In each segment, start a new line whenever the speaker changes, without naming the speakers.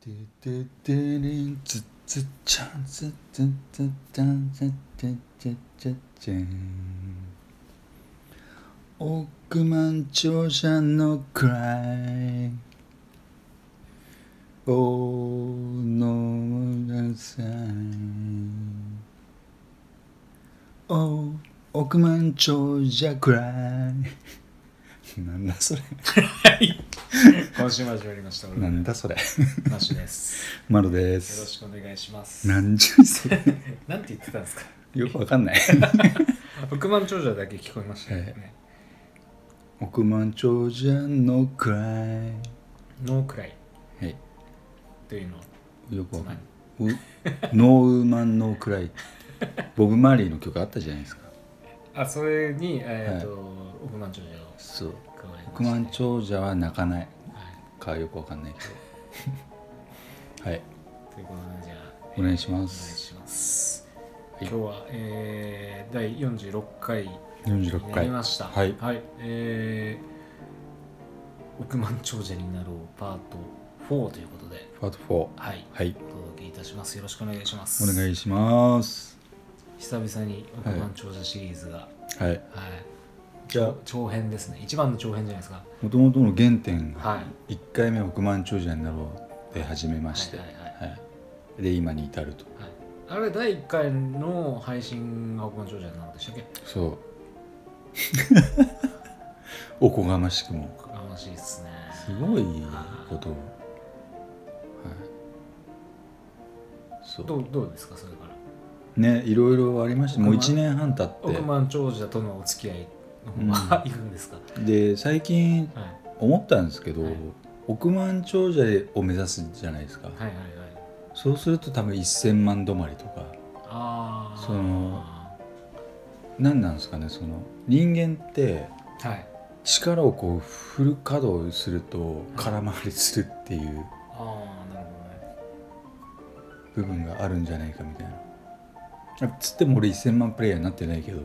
てててりんつっつっちゃんつっつっつっちゃんつっちゃちゃちゃちゃん億万長者のくらい おのさんお億万長者くらいなんだそれ
今週も始まりました。俺
なんだそれ
マシュです。よ
マロで
ろ
す
しくお願いします。な
何十歳
んて言ってたんですか。
よくわかんない
億万長者だけ聞こえましたよね。
億万長者のくらい
ノーくらい
はい
というのを
よく
つ
わ
ま
か
り
んないうノーウーマンノーくらいボブ・マーリーの曲あったじゃないですか
あそれにえっと億万長者を
そう
加えましたね
億万長者は泣かない
はい
かよくわかんないけ どはい
ということでじゃあ
お願いしま
お願い
す
します。
はい
今日はえー第46回に
46
な
回
りました。
はい
えー億万長者になろうパート4ということで、
パート4
はい。
はい
お届けいたします。よろしくお願いします。
お願いします
久々に億万長者シリーズが、はい
はいじゃあ
長編ですね一番の長編じゃないですか
もともとの原点が
はい
1回目億万長者になろうで始めまして
はいはい
はいで今に至ると
はいあれ第1回の配信が億万長者になるんでしたっけ
そう おこがましくも
悲しいっすね
すごいことをはいそ
どうどうですかそれから
うねいろいろありましたもう1年半経
億
っ
万長者とのお付き合いの方 は、いくんですか
てで最近
はい
思ったんですけど、
はい
億万長者を目指すじゃないですか、
はいはいはい
そうすると多分1000万止まりとか
ああ
その何なんですかねその人間って
はい
力をこうフル稼働すると空回りするっていう
ああなるほどね
部分があるんじゃないかみたいなあつっても俺1000万プレイヤーになってないけど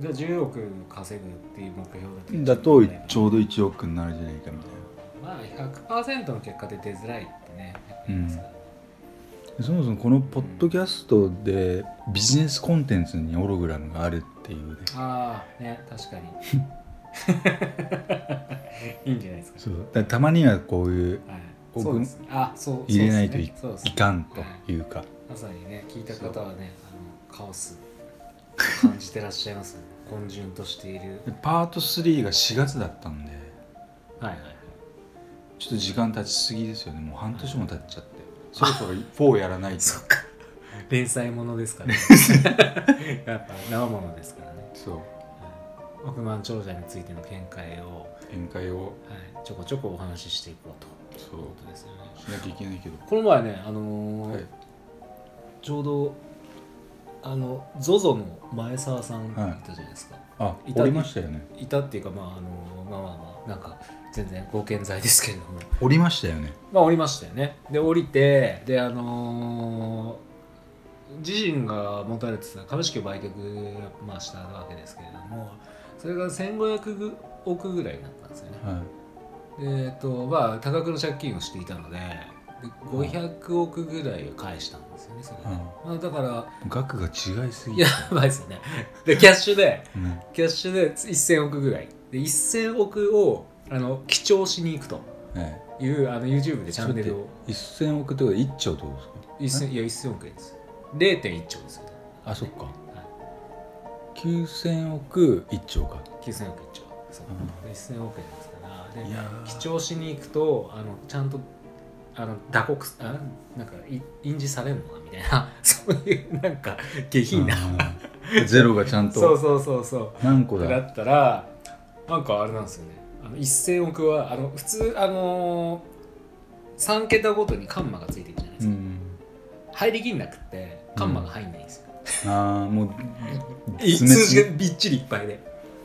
うんじゃあ10億稼ぐっていう目標
だ
だ
と
ね
ちょうど1億になるじゃないかみたい
まあ100%の結果で出づらいってねやっぱ言いますから
なそもそもこのポッドキャストでビジネスコンテンツにオログラムがあるっていうね
ああね確かに いいんじゃないですか
そうだからたまにはこういう
はい
僕
そうですねあそう
入れないとい,、
そうですねそうです
い
ね
かんというか、
まさにね聞いた方はねあのカオスを感じてらっしゃい ますね混沌としている
でパート3が4月だったんで
はいはい
ちょっと時間経ちすぎですよねもう半年も経っちゃってそろそろ4やらないと
そっか連載ものですから ねやっぱ生ものですからね、
そう
はい億万長者についての見解を、は
宴会を
い、ちょこちょこお話ししていこうと
そ
いうことですよね
うしなきゃいけないけど
この前ねあのー
はい
ちょうどあの ZOZO の前澤さんいたじゃないですか、
あ
いた
降りましたよね
い、たっていうかまああのーまあまあまあなんか全然ご健在ですけれども
降りましたよね
まあ降りましたよねで降りてであのー自身が持たれてた株式を売却、まあ、したわけですけれどもそれが1500ぐ億ぐらいになったんですよね
は
でえっとまあ多額の借金をしていたのでで500億ぐらいを返したんですよねそれで、
うん
まあ、だから
い額が違いすぎて
やばいですよねでキャッシュで
うん
キャッシュで1000億ぐらいで1000億をあの記帳しに行くと
え
いうあの YouTube で
え
チャンネルを
ちょっと待って1000億ってことは1兆ってことですか
1000いや1000億円です0.1兆ですよ、ね、
あそっか
はい
9000億1兆か
9000億円兆そう
う
1000億円ですからで
いやー
記帳しに行くとあのちゃんとあの打刻すあなんかい印字されるのかみたいな そういうなんか下品な、
うんゼロがちゃん
そう
と
そうそうそ
何個
うだ
だ
ったらなんかあれなんですよねあの1000億はあの普通あのー、3桁ごとにカンマがついてるじゃないで
う
すか、
ん
入りきんなくってカンマが入んないんですよ、
ああもう
い
詰め
数字がびっちりいっぱいで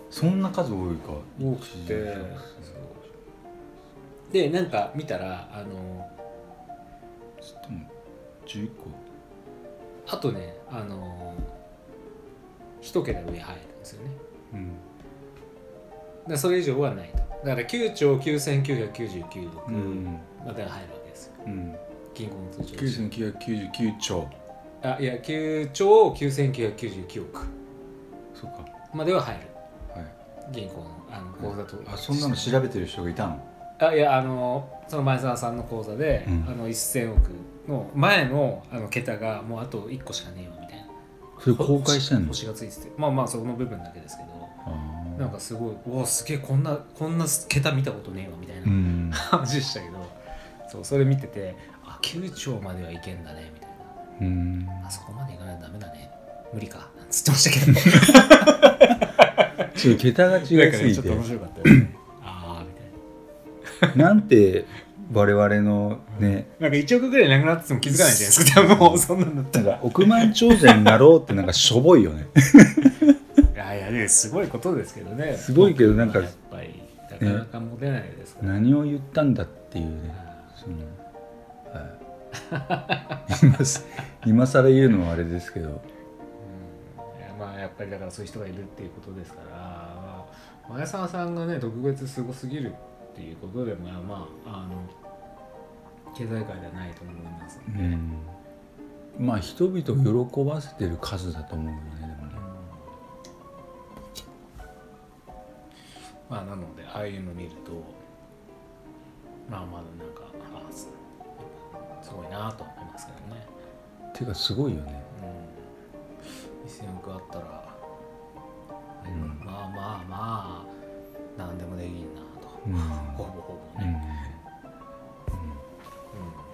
そんな数多いか
多くてそうでなんか見たらあの
ちょっともう11個
あとねあの一桁上入るんですよね
うん
でそれ以上はないとだから9兆9999
う
億
ん
まで入るわけですよ
うん
銀行の通帳で
9999兆
あいや9兆9999億
そっか
までは入る
はい
銀行のあの口座と、
あそんなの調べてる人がいたの
あいやあのその前澤さんの口座で、
うん
あの1000億の前のあの桁がもうあと1個しかねえよみたいな
それ公開してんの
星がついててまあまあその部分だけですけど
あー
なんかすごいおすげえこんなこんな桁見たことねえわみたいな
うん
話でしたけどそうそれ見ててあ9兆まではいけんだねみたい
うん
なあそこまでいかないとダメだね無理かなんつって ましたけ
ちょっと桁が
ど
違いす
だから
ぎ
ちょっと
て
面白かったですねああみたいな
なんて我々のね
なんか1億ぐらいなくなってても気づかないじゃないですかも うそんなんだった
なん
ら
か億万長者になろうってなんかしょぼいよね
いやいやですごいことですけどね
すごいけどなんか
やっぱりなかなかモテないですから、
何を言ったんだっていうね
あ
その はい今す今更言うのはあれですけど
ーうんいやまあやっぱりだからそういう人がいるっていうことですからまあ前澤さんがね特別すごすぎるっていうことでもまあまああの経済界ではないと思います
う
ので、うん
んまあ人々を喜ばせてる数だと思うよねでもね
まあなのでああいうの見るとまあまだなんかあーすすごいなと思いますけどね
てかすごいよね
うん、2000億あったら、
うん
まあまあまあなんでもできんなと
うん
ほぼほぼね、うん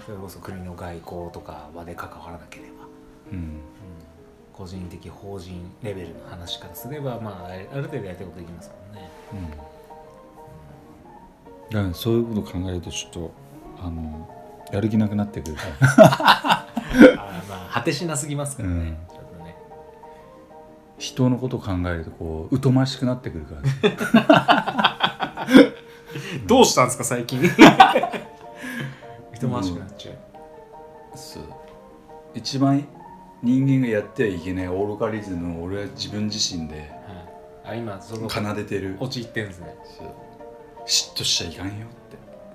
それこそ国の外交とかまで関わらなければ、うん
うんうん
個人的法人レベルの話からすればまああれある程度やってることできますもんね
うんだからそういうこと考えるとちょっとあのやる気なくなってくるから
あーまあ果てしなすぎますからね、ちょっとね
人のことを考えるとこう疎ましくなってくるから、
どうしたんですか最近人回しくなっちゃう、
そう一番人間がやってはいけないオールカリズムを俺は自分自身で
はいあ今その
奏でてる
陥ってんですね、
そう嫉妬しちゃいかんよっ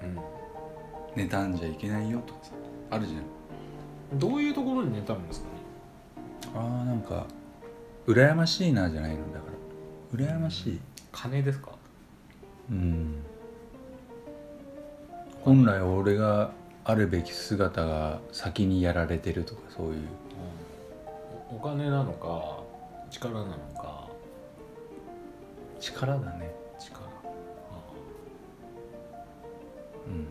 うん
て妬んじゃいけないよとかさあるじゃん
どういうところに妬むんですかね
あーなんか羨ましいなじゃないのだから羨ましい
金ですか
うん本来俺があるべき姿が先にやられてるとかそういう
おお金なのか力なのか
力だね
力あ
うん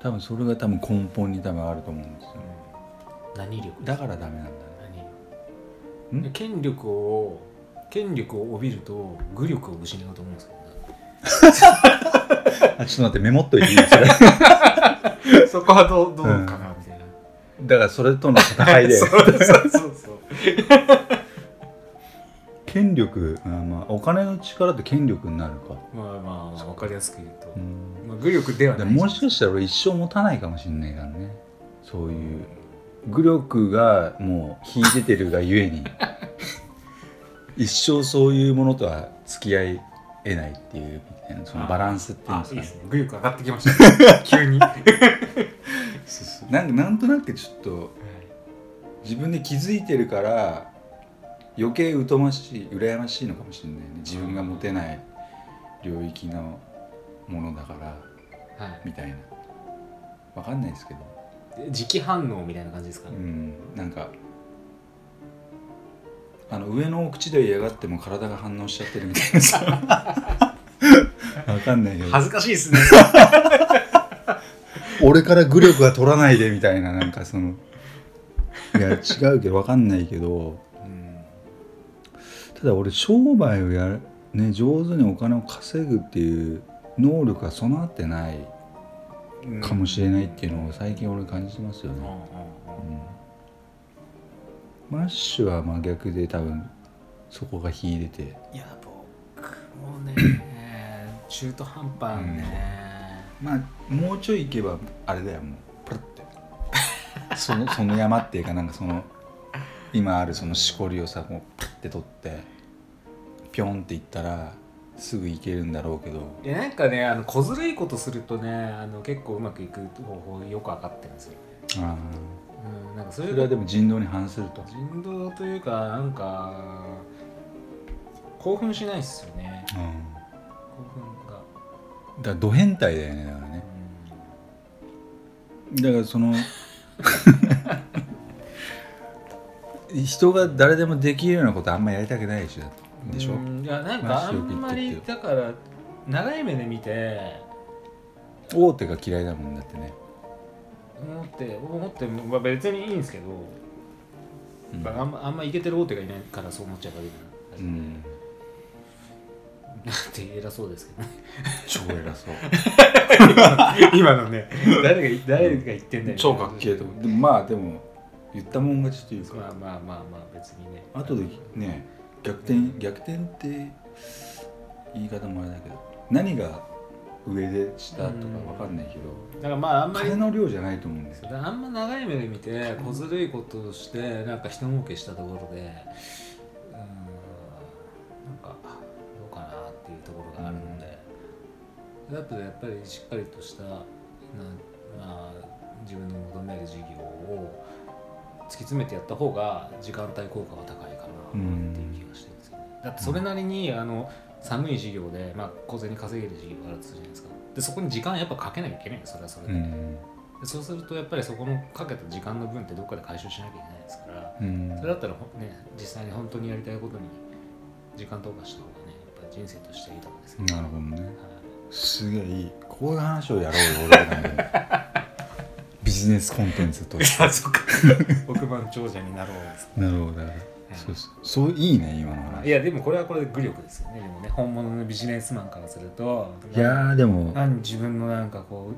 多分それが多分根本に多分あると思うんですよ
あ何力です
だからダメなんだね
何
ん
権力を権力を帯びると愚力を失うと思うんですけ ど
あちょっと待ってメモっといていいですか
ね そこはどうどうかなみたいな、
だから それとの戦いで
そうそうそうそう
権力あー、まあ、お金の力って権力になるか
まあまあ分かりやすく言うと、
うん
まあ、愚力では
で
ない
ももしかしたら俺一生持たないかもしれないからねそういう愚力がもう引いててるがゆえ に一生そういうものとは付き合えないっていうみたいなそのバランスっていうん
あ
で
い
す
い
か
ですね愚力上がってきました、 ね、急に、
そうそうなんかなんとなくちょっと自分で気づいてるから余計疎ましい羨ましいのかもしれないね自分が持てない領域のものだから
はい
みたいなわかんないですけど
磁気反応みたいな感じですか
う
ね、
んなんかあの上のお口で嫌がっても体が反応しちゃってるみたいなさわかんないけど
恥ずかしいですね
俺から愚力は取らないでみたいななんかそのいや違うけどわかんないけど
うん
ただ俺商売をやるね上手にお金を稼ぐっていう能力が備わってないかもしれないっていうのを最近俺感じてますよ
うんうん
ね、
うん
マッシュは真逆で多分そこが秀でて
いや僕もね中途半端ね、
まあもうちょい行けばあれだよもうプルってそ のその山っていうかなんかその今あるそのしこりをさもうプルって取ってピョンっていったらすぐ行けるんだろうけど
いやなんかねあの小ずるいことするとねあの結構うまくいく方法よく分かってるんですよ、
あ
うん、なんか
ー
それ
それはでも人道に反すると
人道というかなんか興奮しないっすよね
うん
興奮が、
だからド変態だよねだからね
う
だからその 人が誰でもできるようなことあんまやりたくないでしょだって
ん
でしょ、
うんいやなんかあんまりだから長い目で見て
大手が嫌いだもんだってね、
思って思っても、まあ、別にいいんですけど、
うん
あんまあんまイケてる大手がいないからそう思っちゃうだけ
う
だな、
ん、
なんて偉そうですけ どね
超偉そう
今のね誰が誰が言ってんだ よ
超かっけえと思うでもまあでも言ったもん勝ちという
まあ
か
まあまあまあ別にね
後でね逆転逆転って言い方もあれだけど何が上で下とかわかんないけど、
だからまああんまり
金の量じゃないと思うんですよ
あんま長い目で見て小ずるいことをしてなんか人儲けしたところでうーんなんかどうかなっていうところがあるので、だったらやっぱりしっかりとしたな、まあ、自分の求める事業を突き詰めてやった方が時間帯効果は高いかなっていう気がしてるんですけど、ねだってそれなりにあの寒い事業で、まあ、小銭稼げる事業があるとするじゃないですかでそこに時間やっぱかけなきゃいけないよそれはそれで。
うん
でそうするとやっぱりそこのかけた時間の分ってどっかで回収しなきゃいけないですから
うん
それだったらほんね実際に本当にやりたいことに時間投下した方がねやっぱり人生としてはいいと思うんですけど、
なるほどね
はい
すげえいいこういう話をやろうよ俺らなんか ビジネスコンテンツとして
いやそっか億万長者になろうです
なるほどなるほどそうそうそういいね今の
い
話い
やでもこれはこれで愚力ですよねでもね本物のビジネスマンからすると
やーでも
何自分のなんかこう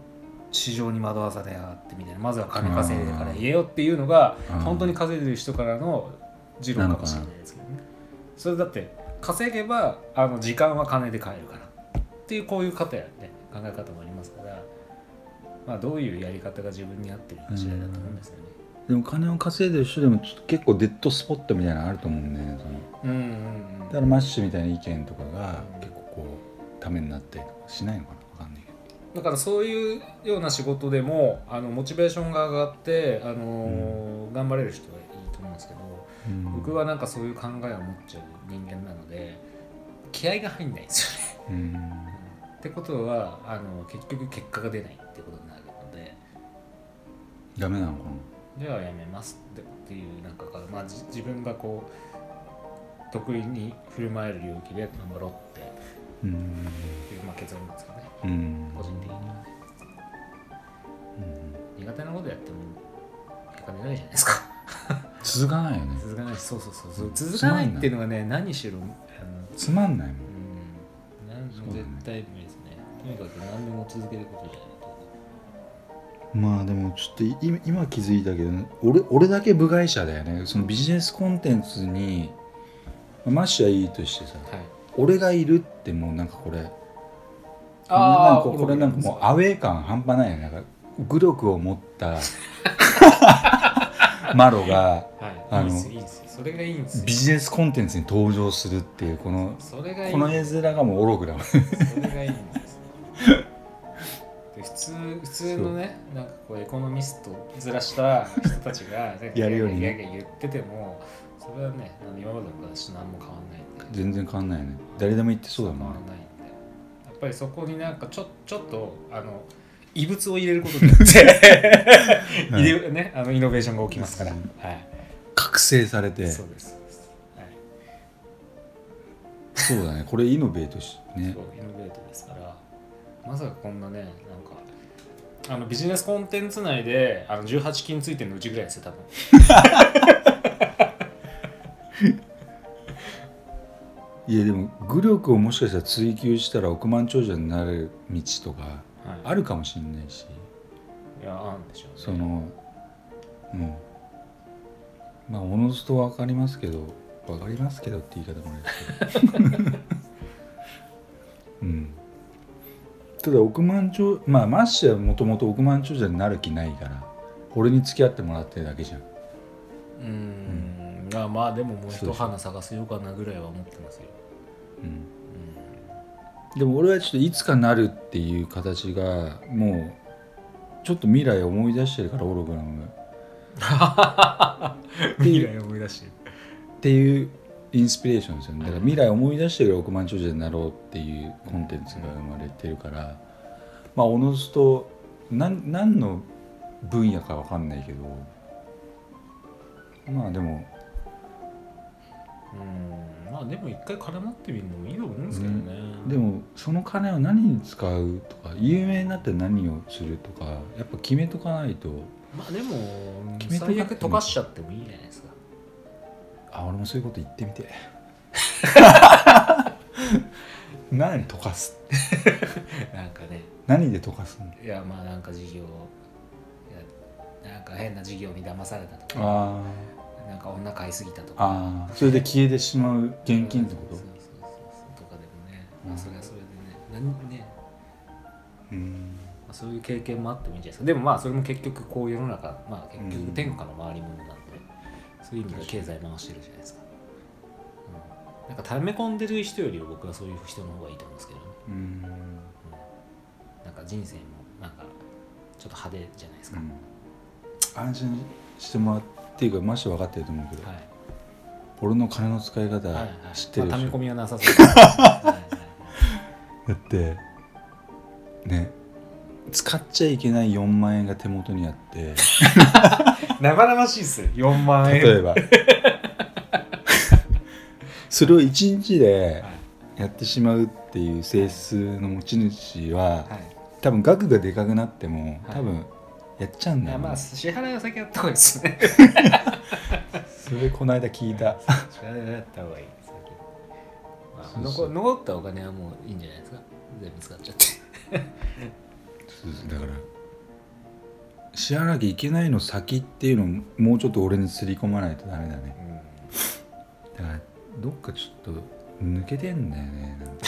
市場に惑わされやがってみたいなまずは金稼いでから言えよっていうのが
うん
本当に稼いでる人からの持論かもしれないですけどねそれだって稼げばあの時間は金で買えるからっていうこういう方やね考え方もありますからまあどういうやり方が自分に合ってるか次第だと思うんですよね
でも金を稼いでる人でもちょっと結構デッドスポットみたいなのあると思うんだよねその
うんうん
だ
う
から
ん
マッシュみたいな意見とかが
うん
結構こうためになったりとかしないのかなわかんないけど
だからそういうような仕事でもあのモチベーションが上がってあのー頑張れる人はいいと思うんですけど僕はなんかそういう考えを持っちゃう人間なので気合が入んないんですよね。
うん
ってことはあの結局結果が出ないってことになるので
ダメなのか
じゃあやめますってっていうなんかから、まあ、じ自分がこう得意に振る舞える領域で頑張ろうって
なうん
いう、まあ、結論なんですかね
うん
個人的にはね
うん
苦手なことやっても結果出ないじゃないですか。
続かないよね
続かないそうそうそうそううん続かないっていうのがね何しろあの
つまんないもん
うんなん
そうだね
絶対無理ですねとにかく何でも続けることじゃないと
まあでもちょっとい今気づいたけど俺俺だけ部外者だよねそのビジネスコンテンツにまあマッシュはいいとしてさ
はい
俺がいるってもうなんかこれ
あー
これなんかこれなんかもうアウェー感半端ないよねなんか愚力を持ったマロが
はい
あの
いいですよいいですよそれがいいんですよ
ビジネスコンテンツに登場するっていうこの
それがいい
この絵面がもうオログラム
それがいいんですよで普通普通のねなんかこうエコノミストずらした人たちが
やるように
ギ
ね
ャーギャーギャーギャー言っててもそれはねあの今までの話と何も変わんないんで
全然変わんないよね誰でも言ってそうだもん
変わん
ね
ないんでやっぱりそこになんかちょちょっとあの異物を入れることによ って、
はい
入れね、あのイノベーションが起きますから、
うん
はい
覚醒されて
そ
そう
です、はい、
うだねこれイノベートしね
そうイノベートですからまさかこんなねなんかあのビジネスコンテンツ内であの18金ついてるのうちぐらいですよ多分
いやでも愚力をもしかしたら追求したら億万長者になる道とか
はい
あるかもしれないし
いやあるんでしょうね
そのうんまあおのずと分かりますけど分かりますけどって言い方もあれですけど うんただ億万長まあマッシュはもともと億万長者になる気ないから俺に付き合ってもらってるだけじゃん
うーんいやまあでももう一花探すようかなぐらいは思ってますよ
うん
うん
でも俺はちょっといつかなるっていう形がもうちょっと未来を思い出してるからオログラム
未来を思い出してる
っていうインスピレーションですよねだから未来を思い出してる億万長者になろうっていうコンテンツが生まれてるからまあおのずとなん何の分野かわかんないけどまあでも
うんまあでも一回絡まってみるのもいいと思うんですけどね、
でもその金を何に使うとか有名になって何をするとかやっぱ決めとかないと
まあでも
決めとか
最悪溶かしちゃってもいいじゃないですか
あ俺もそういうこと言ってみ て何溶かす
なんかね
何で溶かすの
いやまあなんか事業いやなんか変な事業に騙されたとか
あ
なんか女買いすぎたとか
あーそれで消えてしまう現金ってこと
そうそうそうそうとかでもねまあそれはそれでね何ね、
うん
まあ、そういう経験もあってもいいんじゃないですかでもまあそれも結局こう世の中まあ結
う
局
ん
天下の回り物なんで、そういう意味で経済回してるじゃないですか、うん、なんか溜め込んでる人よりは僕はそういう人の方がいいと思うんですけどね
うん
なんか人生もなんかちょっと派手じゃないです
う
か、
ん安心してもらっていうかマシ分かってると思うけど、
はい
俺の金の使い方
はいはい
知ってるでしょ、
まあ溜め込みはなさそうですけどはい はい
だってね使っちゃいけない4万円が手元にあって
生々しいっすよ4万
例えば それを1日でやってしまうっていう性質の持ち主は
はい
多分額がでかくなっても
はい
多分やっちゃうん
い
だ
や
よ、ね
まあ支払いは先やった方がいいで すね
それこの間聞いた
支払いはやった方がいいですね、まあ、
そうそう
残残ったお金はもういいんじゃないですか全部使っちゃって
だから支払わなきゃいけないの先っていうのをもうちょっと俺にすり込まないとダメだね
うん
だからどっかちょっと抜けてんだよねなんか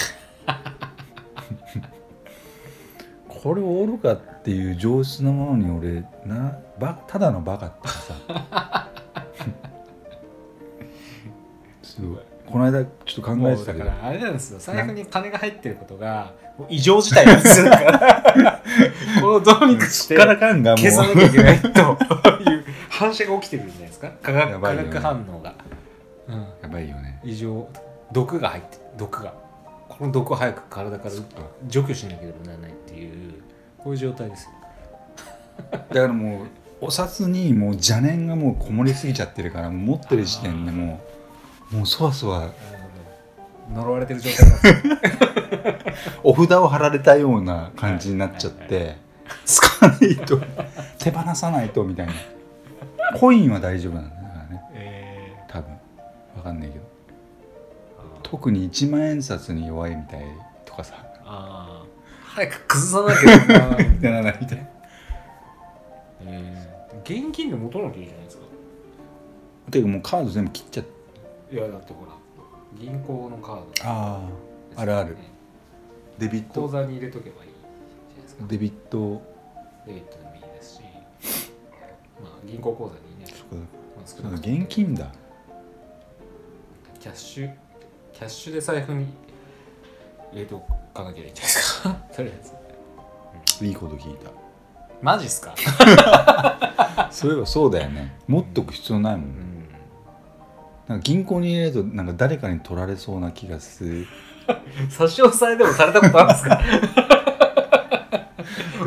これを愚かっていう上質なものに俺なばただのバカってさ すごいこの間ちょっと考え
も
て
う
た
だ
け
か
ど
らあれなんですよ財布に金が入ってることがもう異常事態なんですよだから これをどうにかして
からかんがも
消さなき
う
ゃいけないという反射が起きてるんじゃないですか化
や
学
ば
化
いよね
学反応が、うん、
やばいよね
異常毒が入って毒がこの毒を早く体から除去しなければならないっていうこういう状態ですよ
だからもうお札にもう邪念がもうこもりすぎちゃってるからもう持ってる時点でもうもうそわそわ
呪われてる状態なんですよ
お札を貼られたような感じになっちゃって、使わないと手放さないとみたいなコインは大丈夫なんだからね
え
多分わかんないけど
ー
特に1万円札に弱いみたいとかさ
あー早く崩さなきゃいけない
ならないみたいな
えー現金で戻らなきゃいいじゃないですか
ていうかもうカード全部切っちゃって
いやだってほら銀行のカードですよね、
ああるあるデビッ
口座に入れとけばいいじゃないですか
デビット
デビットでもいいですし、まあ、銀行口座にね、まあ、少
そう
な
だ
くとも
現金だ
キャッシュキャッシュで財布に入れておかなきゃいいんじゃないですか とりあえず
いいこと聞いた
マジっす か
そういえばそうだよね持っとく必要ないもん
う
ね
ん
なんか銀行に入れるとなんか誰かに取られそうな気がする
差し押さえでもされたことあるんですか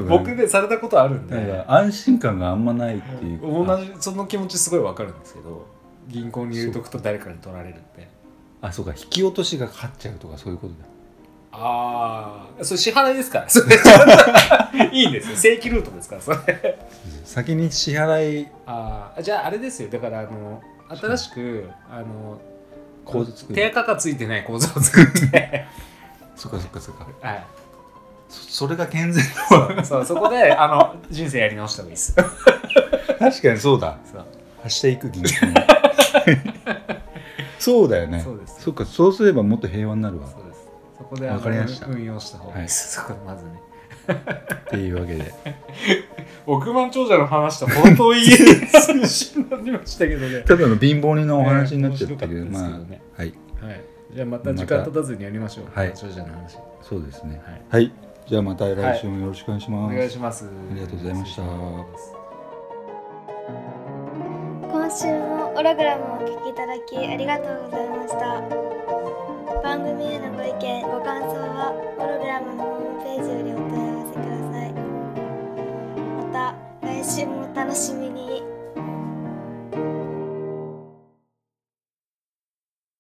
僕でされたことあるん
なん
で
か安心感があんまないっていうか
同じその気持ちすごいわかるんですけど銀行に入れとくと誰かに取られるって
あそうか引き落としがかかっちゃうとかそういうことだ
ああそれ支払いですから それいいんですよ正規ルートですからそれ
先に支払い
ああじゃああれですよだからあの新しくあの
口座作
定
る
価がついてない口座を作って
そっかそっかそっか
はい
そそれが健 全
そうそこであの人生やり直した方がいいです
確かにそうだ
そう
明日行く銀行 そうだよね
そうです
っかそうすればもっと平和になるわ
そうですそこであ
わ
の
かりました
運用した方がいいです、そこでまずね
っていうわけで
億万長者の話と本当にいい話になりましたけどね
ただの貧乏人のお話になっちゃったけど、
ね面白かったですけどね
まあはい
はいじゃあまた時間経たずにやりましょう。
またはい
長寿の話。は
そうですね
い。
はい、じゃあまた来週もよろしくお願いし
お
ます、
願いします。
ありがとうございました
失礼します
今週もオログラムをお聞きいただきありがとうございました番組へのご意見ご感想はオログラムのホームページよりお問い合わせくださいまた来週もお楽しみに